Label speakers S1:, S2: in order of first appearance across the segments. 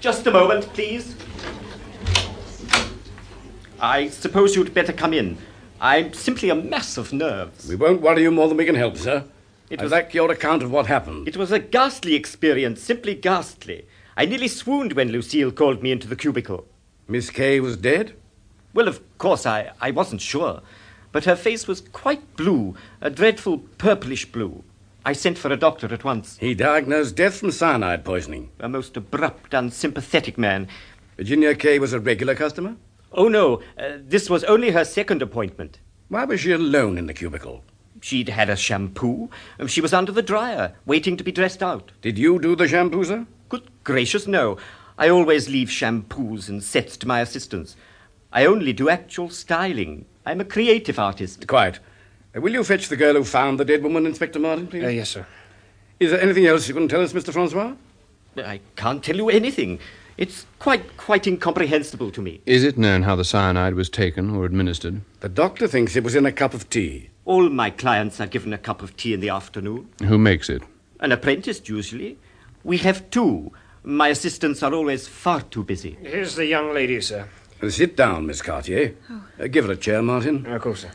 S1: Just a moment, please. I suppose you'd better come in. I'm simply a mass of nerves.
S2: We won't worry you more than we can help, sir.
S1: It
S2: It was
S1: was-
S2: like your account of what happened.
S1: It was a ghastly experience, simply ghastly. I nearly swooned when Lucille called me into the cubicle.
S2: Miss Kay was dead?
S1: Well, of course, I, I wasn't sure. But her face was quite blue, a dreadful purplish blue. I sent for a doctor at once,
S2: He diagnosed death from cyanide poisoning.
S1: a most abrupt, unsympathetic man.
S2: Virginia Kay was a regular customer?
S1: Oh no, uh, this was only her second appointment.
S2: Why was she alone in the cubicle?
S1: She'd had a shampoo. and She was under the dryer, waiting to be dressed out.
S2: Did you do the shampoo, sir?
S1: Good gracious, no. I always leave shampoos and sets to my assistants. I only do actual styling. I'm a creative artist.
S2: Quite. Uh, will you fetch the girl who found the dead woman, Inspector Martin, please?
S3: Uh, yes, sir.
S2: Is there anything else you can tell us, Mr. Francois?
S1: I can't tell you anything. It's quite, quite incomprehensible to me.
S4: Is it known how the cyanide was taken or administered?
S2: The doctor thinks it was in a cup of tea.
S1: All my clients are given a cup of tea in the afternoon.
S4: Who makes it?
S1: An apprentice, usually. We have two. My assistants are always far too busy.
S3: Here's the young lady, sir.
S2: Uh, sit down, Miss Cartier. Uh, give her a chair, Martin.
S3: Of course, sir.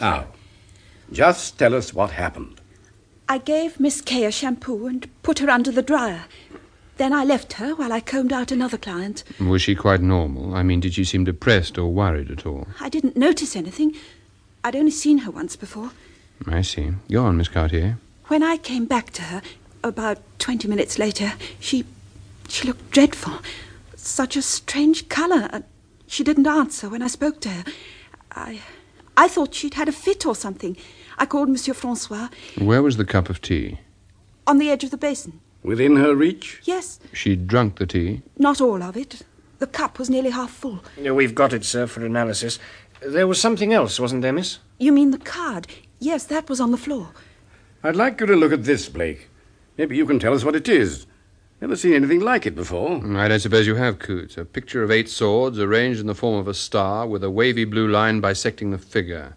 S2: Now, just tell us what happened.
S5: I gave Miss Kay a shampoo and put her under the dryer. Then I left her while I combed out another client.
S4: Was she quite normal? I mean, did she seem depressed or worried at all?
S5: I didn't notice anything. I'd only seen her once before.
S4: I see. Go on, Miss Cartier.
S5: When I came back to her, about 20 minutes later, she she looked dreadful. Such a strange color. and She didn't answer when I spoke to her. I I thought she'd had a fit or something. I called Monsieur Francois
S4: Where was the cup of tea?
S5: on the edge of the basin.
S2: Within her reach?
S5: Yes,
S4: She drunk the tea.
S5: not all of it. The cup was nearly half full.
S3: Uh, We've got it, sir, for analysis. There was something else, wasn't there, miss?
S5: You mean the card? Yes, that was on the floor.
S2: I'd like you to look at this, Blake. Maybe you can tell us what it is. Never seen anything like it before.
S4: I don't suppose you have, Coots. A picture of eight swords arranged in the form of a star with a wavy blue line bisecting the figure.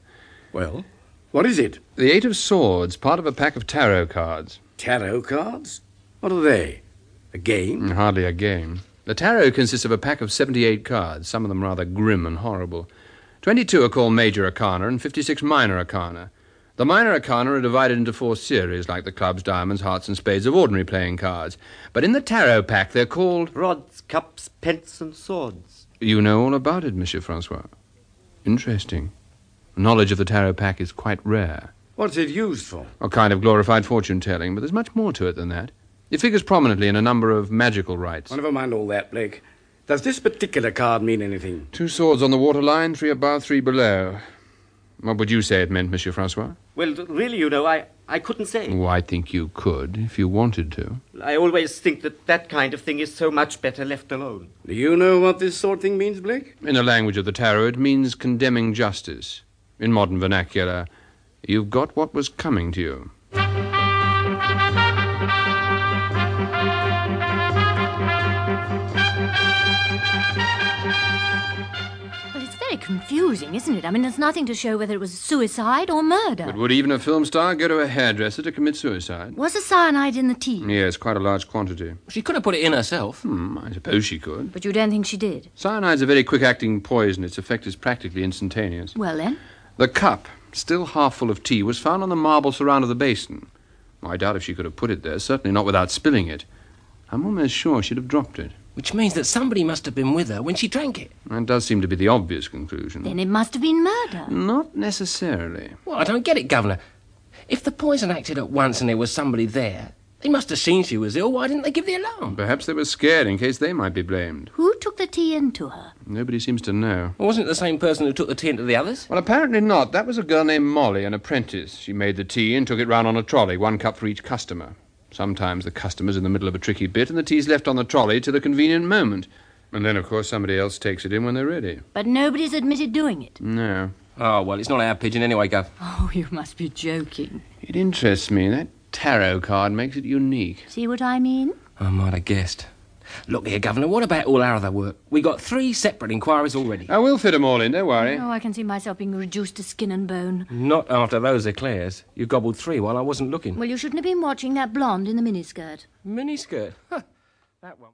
S2: Well, what is it?
S4: The Eight of Swords, part of a pack of tarot cards.
S2: Tarot cards? What are they? A game?
S4: Hardly a game. The tarot consists of a pack of 78 cards, some of them rather grim and horrible. 22 are called major arcana and 56 minor arcana. The minor arcana are divided into four series, like the clubs, diamonds, hearts, and spades of ordinary playing cards. But in the tarot pack, they're called.
S1: Rods, cups, pence, and swords.
S4: You know all about it, Monsieur Francois. Interesting. Knowledge of the tarot pack is quite rare.
S2: What's it used for?
S4: A kind of glorified fortune telling, but there's much more to it than that. It figures prominently in a number of magical rites.
S2: Well, never mind all that, Blake. Does this particular card mean anything?
S4: Two swords on the waterline, three above, three below. What would you say it meant, Monsieur Francois?
S1: Well, really, you know, I, I couldn't say.
S4: Oh, I think you could, if you wanted to.
S1: I always think that that kind of thing is so much better left alone.
S2: Do you know what this sort of thing means, Blake?
S4: In the language of the tarot, it means condemning justice. In modern vernacular, you've got what was coming to you.
S6: Well, it's very confusing, isn't it? I mean, there's nothing to show whether it was suicide or murder.
S4: But would even a film star go to a hairdresser to commit suicide?
S6: Was the cyanide in the tea?
S4: Yes, quite a large quantity.
S7: She could have put it in herself.
S4: Hmm, I suppose she could.
S6: But you don't think she did?
S4: Cyanide's a very quick acting poison. Its effect is practically instantaneous.
S6: Well, then.
S4: The cup, still half full of tea, was found on the marble surround of the basin. I doubt if she could have put it there, certainly not without spilling it. I'm almost sure she'd have dropped it.
S7: Which means that somebody must have been with her when she drank it.
S4: That does seem to be the obvious conclusion.
S6: Then it must have been murder.
S4: Not necessarily.
S7: Well, I don't get it, Governor. If the poison acted at once and there was somebody there, they must have seen she was ill. Why didn't they give the alarm?
S4: Perhaps they were scared in case they might be blamed.
S6: Who took the tea into her?
S4: Nobody seems to know.
S7: Wasn't it the same person who took the tea into the others?
S4: Well, apparently not. That was a girl named Molly, an apprentice. She made the tea and took it round on a trolley, one cup for each customer. Sometimes the customer's in the middle of a tricky bit and the tea's left on the trolley till the convenient moment. And then, of course, somebody else takes it in when they're ready.
S6: But nobody's admitted doing it.
S4: No.
S7: Oh, well, it's not our pigeon anyway, Gov.
S6: Oh, you must be joking.
S4: It interests me. That tarot card makes it unique.
S6: See what I mean?
S7: I might have guessed. Look here, Governor, what about all our other work? We got three separate inquiries already.
S4: I will fit 'em all in, don't worry.
S6: Oh, I can see myself being reduced to skin and bone.
S7: Not after those eclairs. You gobbled three while I wasn't looking.
S6: Well, you shouldn't have been watching that blonde in the miniskirt.
S7: Miniskirt. Huh. That one.